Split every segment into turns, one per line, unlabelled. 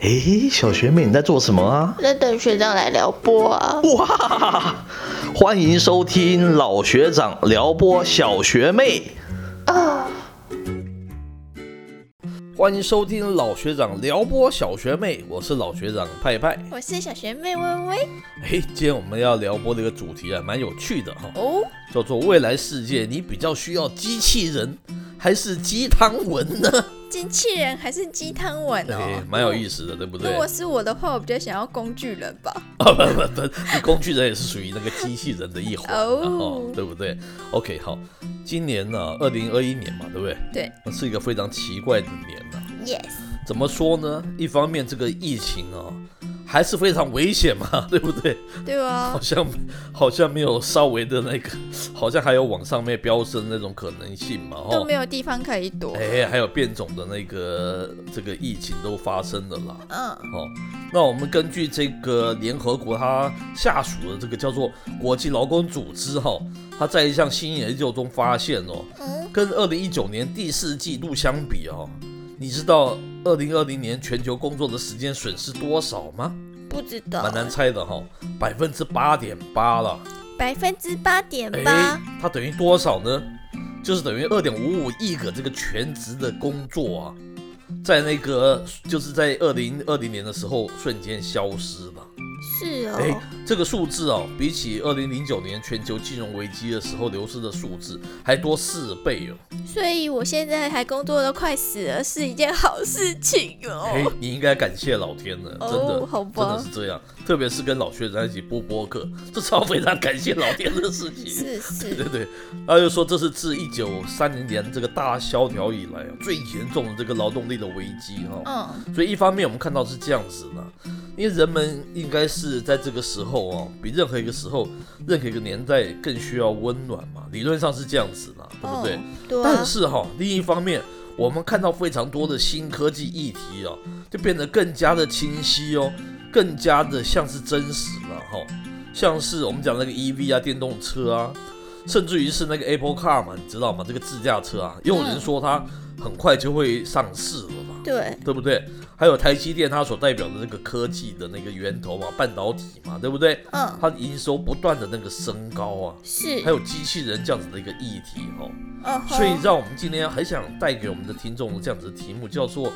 诶，小学妹你在做什么啊？
在等学长来撩拨啊！
哇，欢迎收听老学长撩拨小学妹。
哦
啊，
欢迎收听老学长撩拨小学妹，我是老学长派派。
我是小学妹微微
诶，今天我们要撩拨的一个主题啊，蛮有趣的哈、
哦，
叫做未来世界，你比较需要机器人还是鸡汤文呢？
机器人还是鸡汤文
诶
哦，
蛮有意思的，对不对
如？果是我的话，我比较想要工具人吧。
啊不不不，你工具人也是属于那个机器人的一环、啊、
哦
哦，对不对？OK，好，今年呢、2二零二一年嘛，对不对？
对
那是一个非常奇怪的年呐、
，yes，
怎么说呢？一方面这个疫情啊，还是非常危险嘛， 对不对？
对啊
好，像好像没有稍微的那个，好像还有往上面飙升那种可能性嘛，
都
哦
没。有地方可以躲。
哎，还有变种的那个这个疫情都发生了啦。
嗯，
哦，那我们根据这个联合国它下属的这个叫做国际劳工组织哈、它在一项新研究中发现哦，跟二零一九年第四季度相比哦，你知道二零二零年全球工作的时间损失多少吗？
不知道
蛮难猜的哈、百分之八点八了。
百分之八点
哎
八，，
它等于多少呢？就是等于二点五五亿个这个全职的工作啊，在那个就是在二零二零年的时候瞬间消失了。
是哦，
哎，这个数字哦，比起二零零九年全球金融危机的时候流失的数字还多四倍哦。
所以我现在还工作都快死了，是一件好事情
哎
哦。，
你应该感谢老天了，真的，
哦好吧
真的是这样。特别是跟老学长一起播播客，这超非常感谢老天的事情。
是
对
是，
对，他就说这是自一九三零年这个大萧条以来啊最严重的这个劳动力的危机哦哈、
嗯，
所以一方面我们看到是这样子的，因为人们应该是在这个时候哦，比任何一个时候、任何一个年代更需要温暖嘛，理论上是这样子的，对不对？
哦？对啊
但，是哈、另一方面，我们看到非常多的新科技议题哦，就变得更加的清晰哦，更加的像是真实了哈、像是我们讲那个 EV 啊，电动车啊，甚至于是那个 Apple Car 嘛，你知道吗？这个自驾车啊，也有人说它很快就会上市了嘛。
对，
对不对？还有台积电它所代表的那个科技的那个源头嘛，半导体嘛，对不对？
嗯，
它营收不断的那个升高啊，
是
还，有机器人这样子的一个议题哦，
嗯哼
所以让我们今天很想带给我们的听众这样子的题目，叫做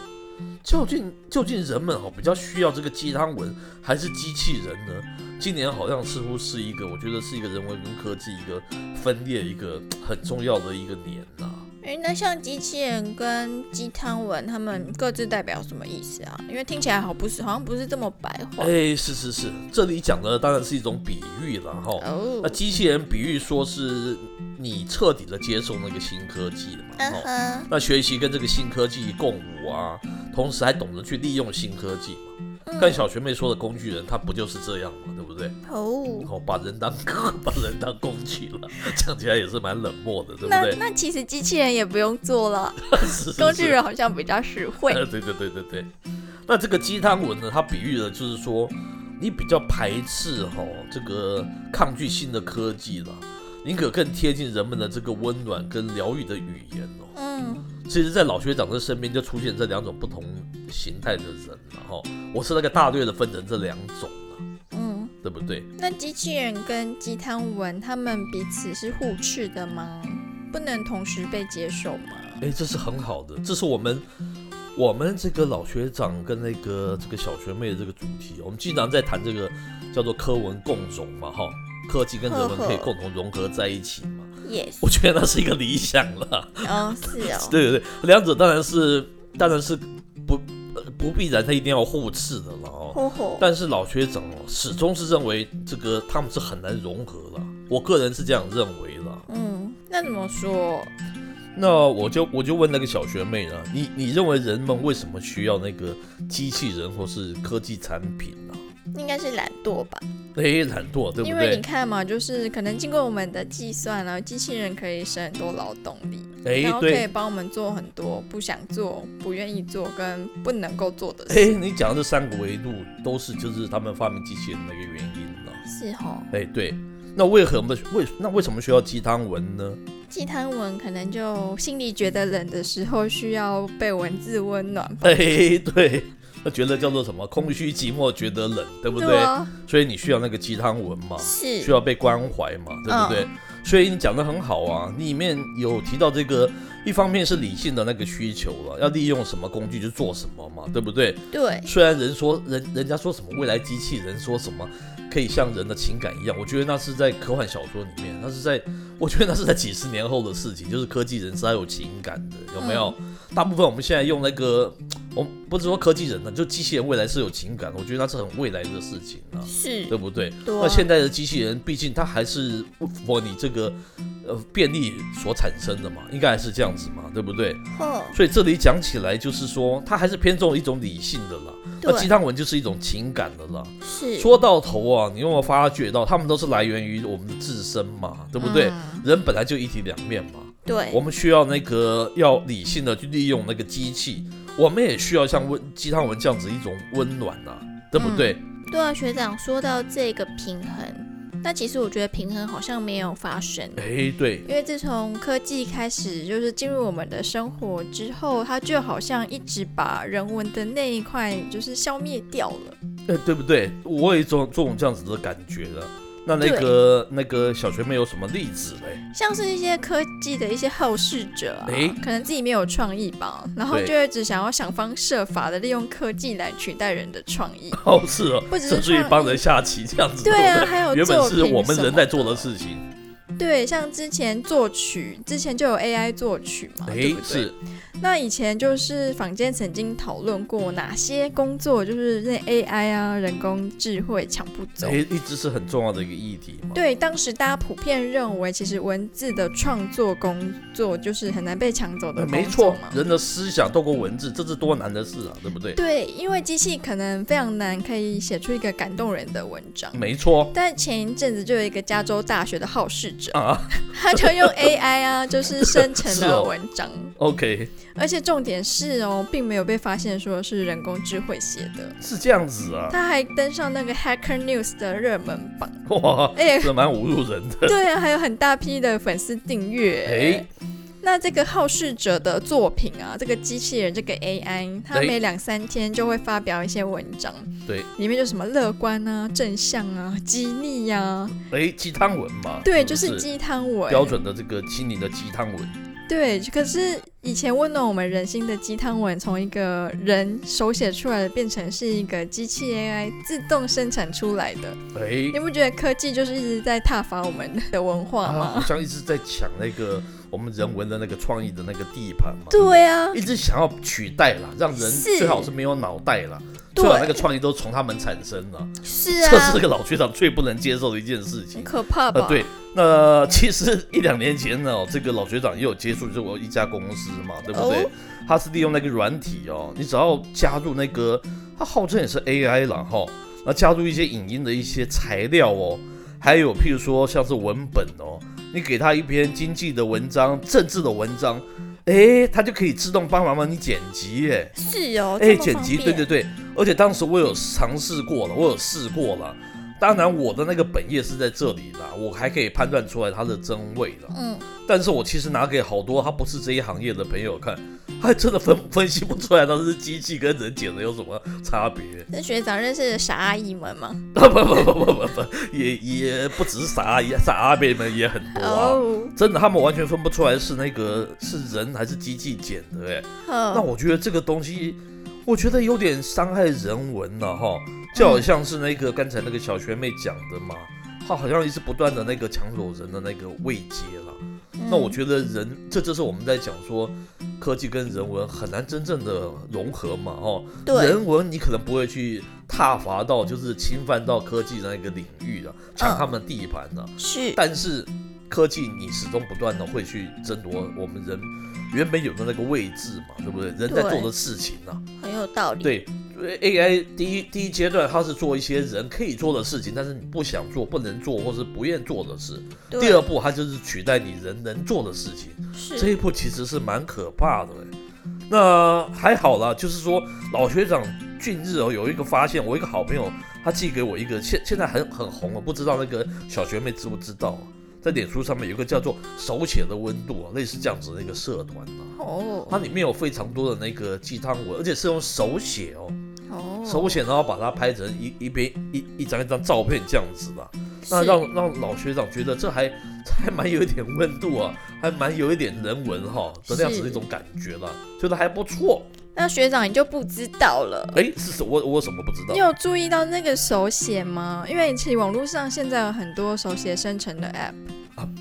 究竟究竟人们哦比较需要这个鸡汤文还是机器人呢？今年好像似乎是一个，我觉得是一个人文跟科技一个分裂一个很重要的一个年呐、
哎，那像机器人跟鸡汤文，他们各自代表什么意思啊？因为听起来好不是，好像不是这么白话。
哎，是是是，这里讲的当然是一种比喻了哈。那
哦，
机器人比喻说是你彻底的接受那个新科技了嘛？
嗯
哦，
哼，
那学习跟这个新科技共舞啊，同时还懂得去利用新科技嘛。
嗯
看小学妹说的工具人，他不就是这样嘛，对不对？
哦，
哦，把人当 把人当工具了， 讲起来也是蛮冷漠的，对不
那
对？
那其实机器人也不用做了，
是是是
工具人好像比较实惠。
呃，对对对对对。那这个鸡汤文呢，它比喻的就是说，你比较排斥哈、这个抗拒新的科技了，宁可更贴近人们的这个温暖跟疗愈的语言哦。
嗯，
其实，在老学长的身边就出现这两种不同形态的人了哈、我是那个大略的分成这两种了，
嗯，
对不对？
那机器人跟鸡汤文，他们彼此是互斥的吗？不能同时被接受吗？
哎，这是很好的，这是我们我们这个老学长跟那个这个小学妹的这个主题，哦我们经常在谈这个叫做科文共融嘛，哈，科技跟人文可以共同融合在一起嘛，
yes，
我觉得那是一个理想了，
哦，是哦，
对对对，两者当然是当然是不呃不必然他一定要互斥的了哦。
吼吼，
但是老学长哦，始终是认为这个他们是很难融合了，我个人是这样认为了。
嗯，那怎么说？
那我就我就问那个小学妹了，你你认为人们为什么需要那个机器人或是科技产品呢、啊？
应该是懒惰吧。
哎，懒惰对不
因为
对
你？看嘛，就是可能经过我们的计算呢，机器人可以省很多劳动力，然
哎，
后可以
对，
帮我们做很多不想做、不愿意做跟不能够做的
哎
事。，
你讲的这三个维度都是就是他们发明机器人的一个原因了、
是哦吼，
哎，对，那为何么为那为什么需要鸡汤文呢？
鸡汤文可能就心里觉得冷的时候，需要被文字温暖吧。
哎，对，那觉得叫做什么？空虚寂寞觉得冷，对不对？
对啊，
所以你需要那个鸡汤文嘛，需
是
要被关怀嘛，
嗯
对不对？所以你讲的很好啊，里面有提到这个，一方面是理性的那个需求了，要利用什么工具就做什么嘛，对不对？
对，
虽然人说人人家说什么未来机器人说什么可以像人的情感一样，我觉得那是在科幻小说里面，那是在我觉得那是在几十年后的事情，就是科技人是要有情感的，有没有？
嗯
大部分我们现在用那个，我们不是说科技人呢，啊就机器人未来是有情感，我觉得那是很未来的事情啊，
是
对，不对？
对啊
那现在的机器人，毕竟它还是符合你这个呃便利所产生的嘛，应该还是这样子嘛，对不对？
哦，
所以这里讲起来，就是说它还是偏重一种理性的啦。那鸡
对，
汤文就是一种情感的啦。
是，
说到头啊，你有没有发觉到，他们都是来源于我们的自身嘛，对不对？
嗯
人本来就一体两面嘛，
对，
我们需要那个要理性的去利用那个机器，我们也需要像温鸡汤文这样子一种温暖呐、对不对？
对啊，学长说到这个平衡，那其实我觉得平衡好像没有发生。
哎、对，
因为自从科技开始，就是进入我们的生活之后，它就好像一直把人文的那一块就是消灭掉了。
哎、对不对？我有一种这种这样子的感觉了。那那个那个小学妹有什么例子嘞？
像是一些科技的一些好事者啊，
诶
可能自己没有创意吧，然后
对
就会只想要想方设法的利用科技来取代人的创 意。
哦，是哦，
不只是
甚至于
创
帮人下棋这样子，
对
不
啊，
对？
还有
原本
作
是
品
我们
什
人
么
在做的事情，
对，像之前作曲，之前就有 AI 作曲嘛，
哎、
哦对不对？
是
那以前就是坊间曾经讨论过哪些工作就是那 AI 啊、人工智慧抢不走。
诶，一直是很重要的一个议题嘛。
对，当时大家普遍认为，其实文字的创作工作就是很难被抢走的
呃
工
没
作
错
嘛，。
人的思想透过文字，这是多难的事啊，对不对？
对，因为机器可能非常难可以写出一个感动人的文章。
没错
但前一阵子就有一个加州大学的好事者，
啊。
他就用 AI 啊，就是生成
是
的
哦
文 章，
OK，
而且重点是哦，并没有被发现说是人工智慧写的。
是这样子啊，
他还登上那个 Hacker News 的热门榜，
哇，
哎、
这蛮侮辱人的。
对啊，还有很大批的粉丝订阅。
哎
那这个好事者的作品啊，这个机器人，这个 AI，
哎
它每两三天就会发表一些文章，
对，
里面就什么乐观啊、正向啊、激励呀、啊，
哎，鸡汤文嘛，
对，
不
就是鸡汤文，
标准的这个心灵的鸡汤文。
对，可是以前温暖我们人心的鸡汤文，从一个人手写出来的，变成是一个机器 AI 自动生产出来的。
哎
你不觉得科技就是一直在挞伐我们的文化
啊，
吗？
好像一直在抢那个我们人文的那个创意的那个地盘嘛。
对啊，
一直想要取代啦，让人
是
最好是没有脑袋啦，
对
最好那个创意都从他们产生了，
是
这是
啊
这，个老学长最不能接受的一件事情
很。可怕吧？
呃，对，那其实一两年前呢，哦这个老学长也有接触，就是我一家公司嘛，对不对
哦？
他是利用那个软体哦，你只要加入那个，他号称也是 AI 了哈，那加入一些影音的一些材料哦，还有譬如说像是文本哦，你给他一篇经济的文章、政治的文章，诶，他就可以自动帮忙帮你剪辑耶。
是哦，
哎、
这么
剪
方
辑，
便
对对对，而且当时我有尝试过了，我有试过了。当然，我的那个本业是在这里啦，我还可以判断出来它的真伪了。
嗯，
但是我其实拿给好多他不是这一行业的朋友看，还真的分分析不出来它是机器跟人剪的有什么差别。
那学长认识的傻阿姨们吗？
不不不不不不，也 也不只是傻阿姨，傻阿伯们也很多啊。
哦，
真的，他们完全分不出来是那个是人还是机器剪的、哎。那
嗯
呵
我觉得这个东西，我觉得有点伤害人文了哈，就好像是那个刚才那个小学妹讲的嘛，她好像一直不断的那个抢走人的那个慰藉了。
嗯
那我觉得人，这就是我们在讲说科技跟人文很难真正的融合嘛，哦，
嗯对，
人文你可能不会去踏伐到，就是侵犯到科技的那个领域啊，
嗯
抢他们地盘啊，
是
但是科技你始终不断的会去争夺我们人原本有的那个位置嘛，对不对？人在做的事情啊，
很有道理。
对。AI 第一第一阶段，它是做一些人可以做的事情，但是你不想做、不能做或是不愿做的事。
对
第二步，它就是取代你人能做的事情。这
是
一步其实是蛮可怕的欸。那还好啦，就是说老学长近日哦有一个发现，我一个好朋友他寄给我一个，现现在很很红哦，不知道那个小学妹知不知道啊？在脸书上面有一个叫做“手写的温度”啊，类似这样子的一个社团啊，
哦
它里面有非常多的那个鸡汤文，而且是用手写哦，手写，然后把它拍成一一边一一张一张照片这样子啦。那让让老学长觉得这还这还蛮有一点温度啊，还蛮有一点人文哈的那样子的一种感觉啦，觉得还不错。
那学长你就不知道了。
哎，是什我我什么不知道
你？有注意到那个手写吗？因为其实网络上现在有很多手写生成的 app，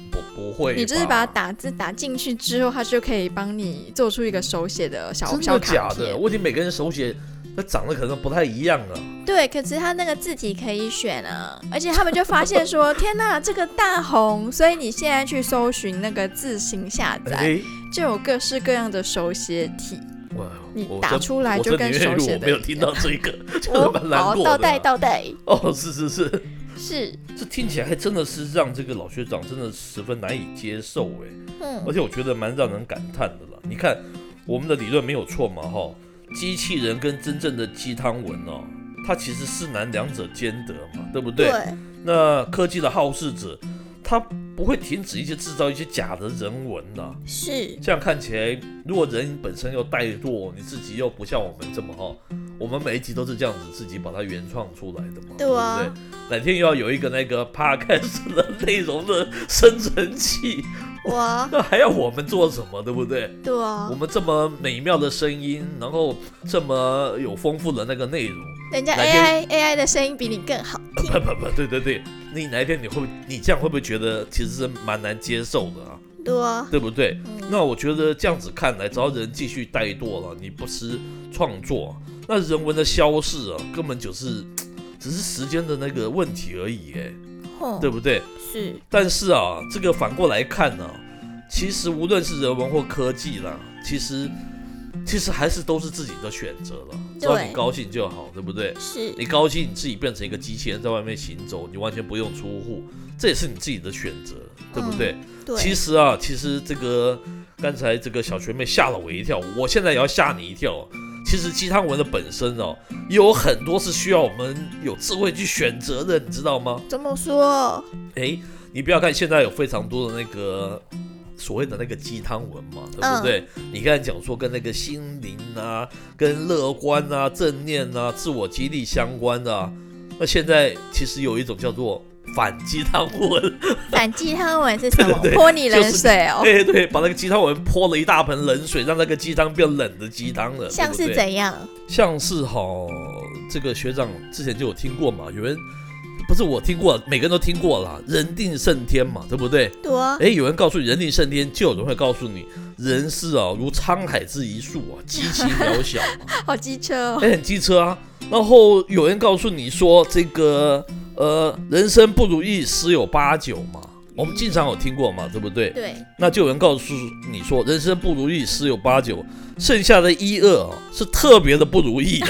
不不会吧，
你就是把它打字打进去之后，它就可以帮你做出一个手写的小
真
小
的
卡
假
片
的？。我已经每个人手写那长得可能不太一样了。
对，可是它那个字体可以选 啊，而且他们就发现说，天呐，这个大红，所以你现在去搜寻那个字型下载，
哎，
就有各式各样的手写体，
哇，
你
我
打
真
出来
我
就
真
跟
宁愿
手
如
写
果
的
没有
一
听
样。
到这个， 就
哦
是 蛮难
好，
过
倒
的
带
啊。
倒带，
哦，是是是，
是，
这听起来还真的是让这个老学长真的十分难以接受哎。而
嗯，
且我觉得蛮让人感叹的啦。你看，我们的理论没有错嘛，哈，机器人跟真正的鸡汤文哦，它其实是难两者兼得嘛，对不对？
对，
那科技的好事者，他不会停止一些制造一些假的人文呐、
是，
这样看起来，如果人本身又怠惰，你自己又不像我们这么哈，我们每一集都是这样子自己把它原创出来的嘛，
对啊
不对？哪天又要有一个那个 podcast 的内容的生成器，
哇，
那还要我们做什么，对不对？
对啊
我，们这么美妙的声音，然后这么有丰富的那个内容，
人家
哪天
AI AI 的声音比你更好听
不，不不，啊对对对，你哪一天你会，你这样会不会觉得其实是蛮难接受的啊，
对啊，
对不对？
嗯，
那我觉得这样子看来，只要人继续怠惰了，你不思创作，那人文的消逝啊，根本就是只是时间的那个问题而已，哎，
吼
对不对？
是，
但是啊，这个反过来看呢、其实无论是人文或科技啦，其实其实还是都是自己的选择了，只要你高兴就好，对不对？
是
你高兴，你自己变成一个机器人在外面行走，你完全不用出户，这也是你自己的选择，对不对？
对，
其实啊，其实这个刚才这个小学妹吓了我一跳，我现在也要吓你一跳。啊其实鸡汤文的本身哦，也有很多是需要我们有智慧去选择的，你知道吗？
怎么说？
诶，你不要看现在有非常多的那个所谓的那个鸡汤文嘛，对
嗯
不对？你刚才讲说跟那个心灵啊、跟乐观啊、正念啊、自我激励相关的、啊，那现在其实有一种叫做反鸡汤文，
反鸡汤文是什么？
对对
泼你冷
就是
水哦，
哎、对，把那个鸡汤文泼了一大盆冷水，让那个鸡汤变冷的鸡汤了，
像
对
是
不对
怎样？
像是哈，这个学长之前就有听过嘛，有人不是我听过，每个人都听过啦，人定胜天嘛，对不对？
对 啊，
诶，哎有人告诉你人定胜天，就有人会告诉你，人是啊如沧海之一粟啊，极其渺小嘛，
好机车哦，
诶，很机车啊。然后有人告诉你说，这个呃，人生不如意十有八九嘛，我们经常有听过嘛，对不对？
对，
那就有人告诉你说，人生不如意十有八九，剩下的一二啊是特别的不如意啊。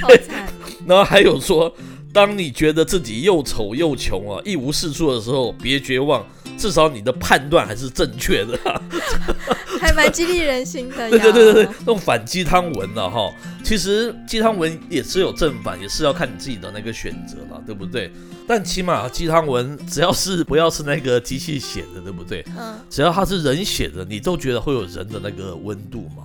好 惨，
然后还有说，当你觉得自己又丑又穷啊，一无是处的时候，别绝望，至少你的判断还是正确的、
还蛮激励人心的。
对对对对对，，那种反鸡汤文了、哈。其实鸡汤文也只有正反，也是要看你自己的那个选择了，对不对？但起码鸡汤文只要是不要是那个机器写的，对不对？
嗯，
只要它是人写的，你都觉得会有人的那个温度嘛。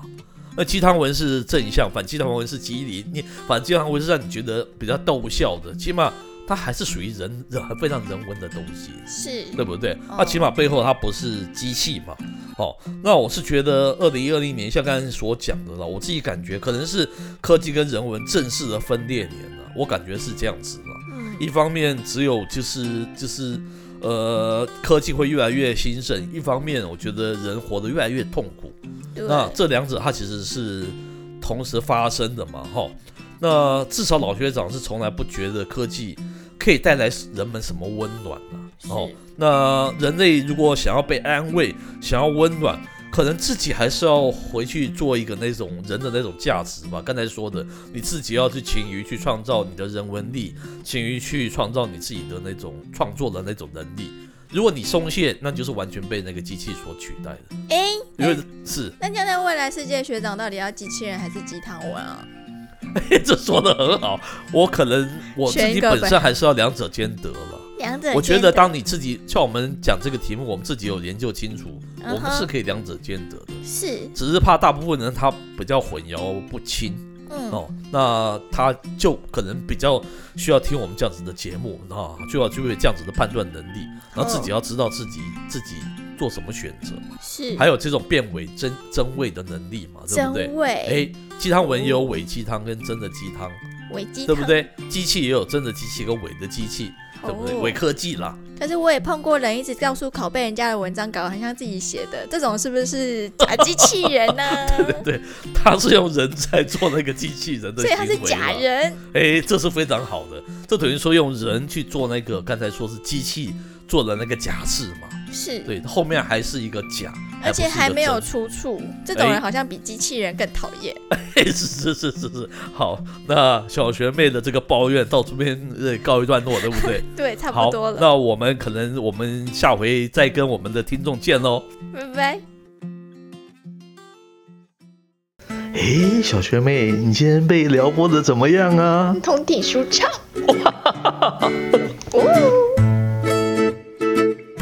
那鸡汤文是正向，反鸡汤文是激励，你反鸡汤文是让你觉得比较逗笑的，起码它还是属于人人非常人文的东西，
是，
对不对？那、
哦
起码背后它不是机器嘛。哦，那我是觉得二零二零年像刚才所讲的了，我自己感觉可能是科技跟人文正式的分裂年了，啊我感觉是这样子了。
嗯，
一方面只有就是就是呃科技会越来越兴盛，一方面我觉得人活得越来越痛苦。
对，
那这两者它其实是同时发生的嘛，哈。那至少老学长是从来不觉得科技可以带来人们什么温暖啊。哦
是，
那人类如果想要被安慰，想要温暖。可能自己还是要回去做一个那种人的那种价值吧。刚才说的，你自己要去勤于去创造你的人文力，勤于去创造你自己的那种创作的那种能力。如果你松懈，那就是完全被那个机器所取代的，
哎，
因为是
那这样在未来世界，学长到底要机器人还是鸡汤文啊？
哎
这说的很好，我可能我自
选一
己
个
本
呗
身还是要两者兼得了。
两者
我觉
兼
得当你自己像我们讲这个题目，我们自己有研究清楚，
嗯哼
我们是可以两者兼得的，
是
只是怕大部分人他比较混淆不清。
嗯，
哦，那他就可能比较需要听我们这样子的节目啊，就要具备这样子的判断能力，
嗯
然后自己要知道自己自己做什么选择，
是
还有这种辨伪真真味的能力嘛，对不对
真？味，
哎，鸡汤文也有伪鸡汤跟真的鸡汤，
伪鸡
对
汤
不？对？机器也有真的机器跟伪的机器，对不对？
哦
伪科技啦，
但是我也碰过人一直告诉拷贝人家的文章稿很像自己写的，这种是不是假机器人呢、
对，他是用人在做那个机器人的
所以
行
他
为，
是假。人，
哎，这是非常好的，这等于说用人去做那个刚才说是机器做的那个假释嘛。
是，
对，后面还是一个假，
而
不是
且
一个
还没有
真。
出处，这种
哎
人好像比机器人更讨厌。
是是是是是，好，那小学妹的这个抱怨到这边呃告一段落，对不对？
对， 差
好
不多，了，
那我们可能我们下回再跟我们的听众见喽。
拜拜。
诶，小学妹，你今天被撩拨的怎么样啊？
通体舒畅。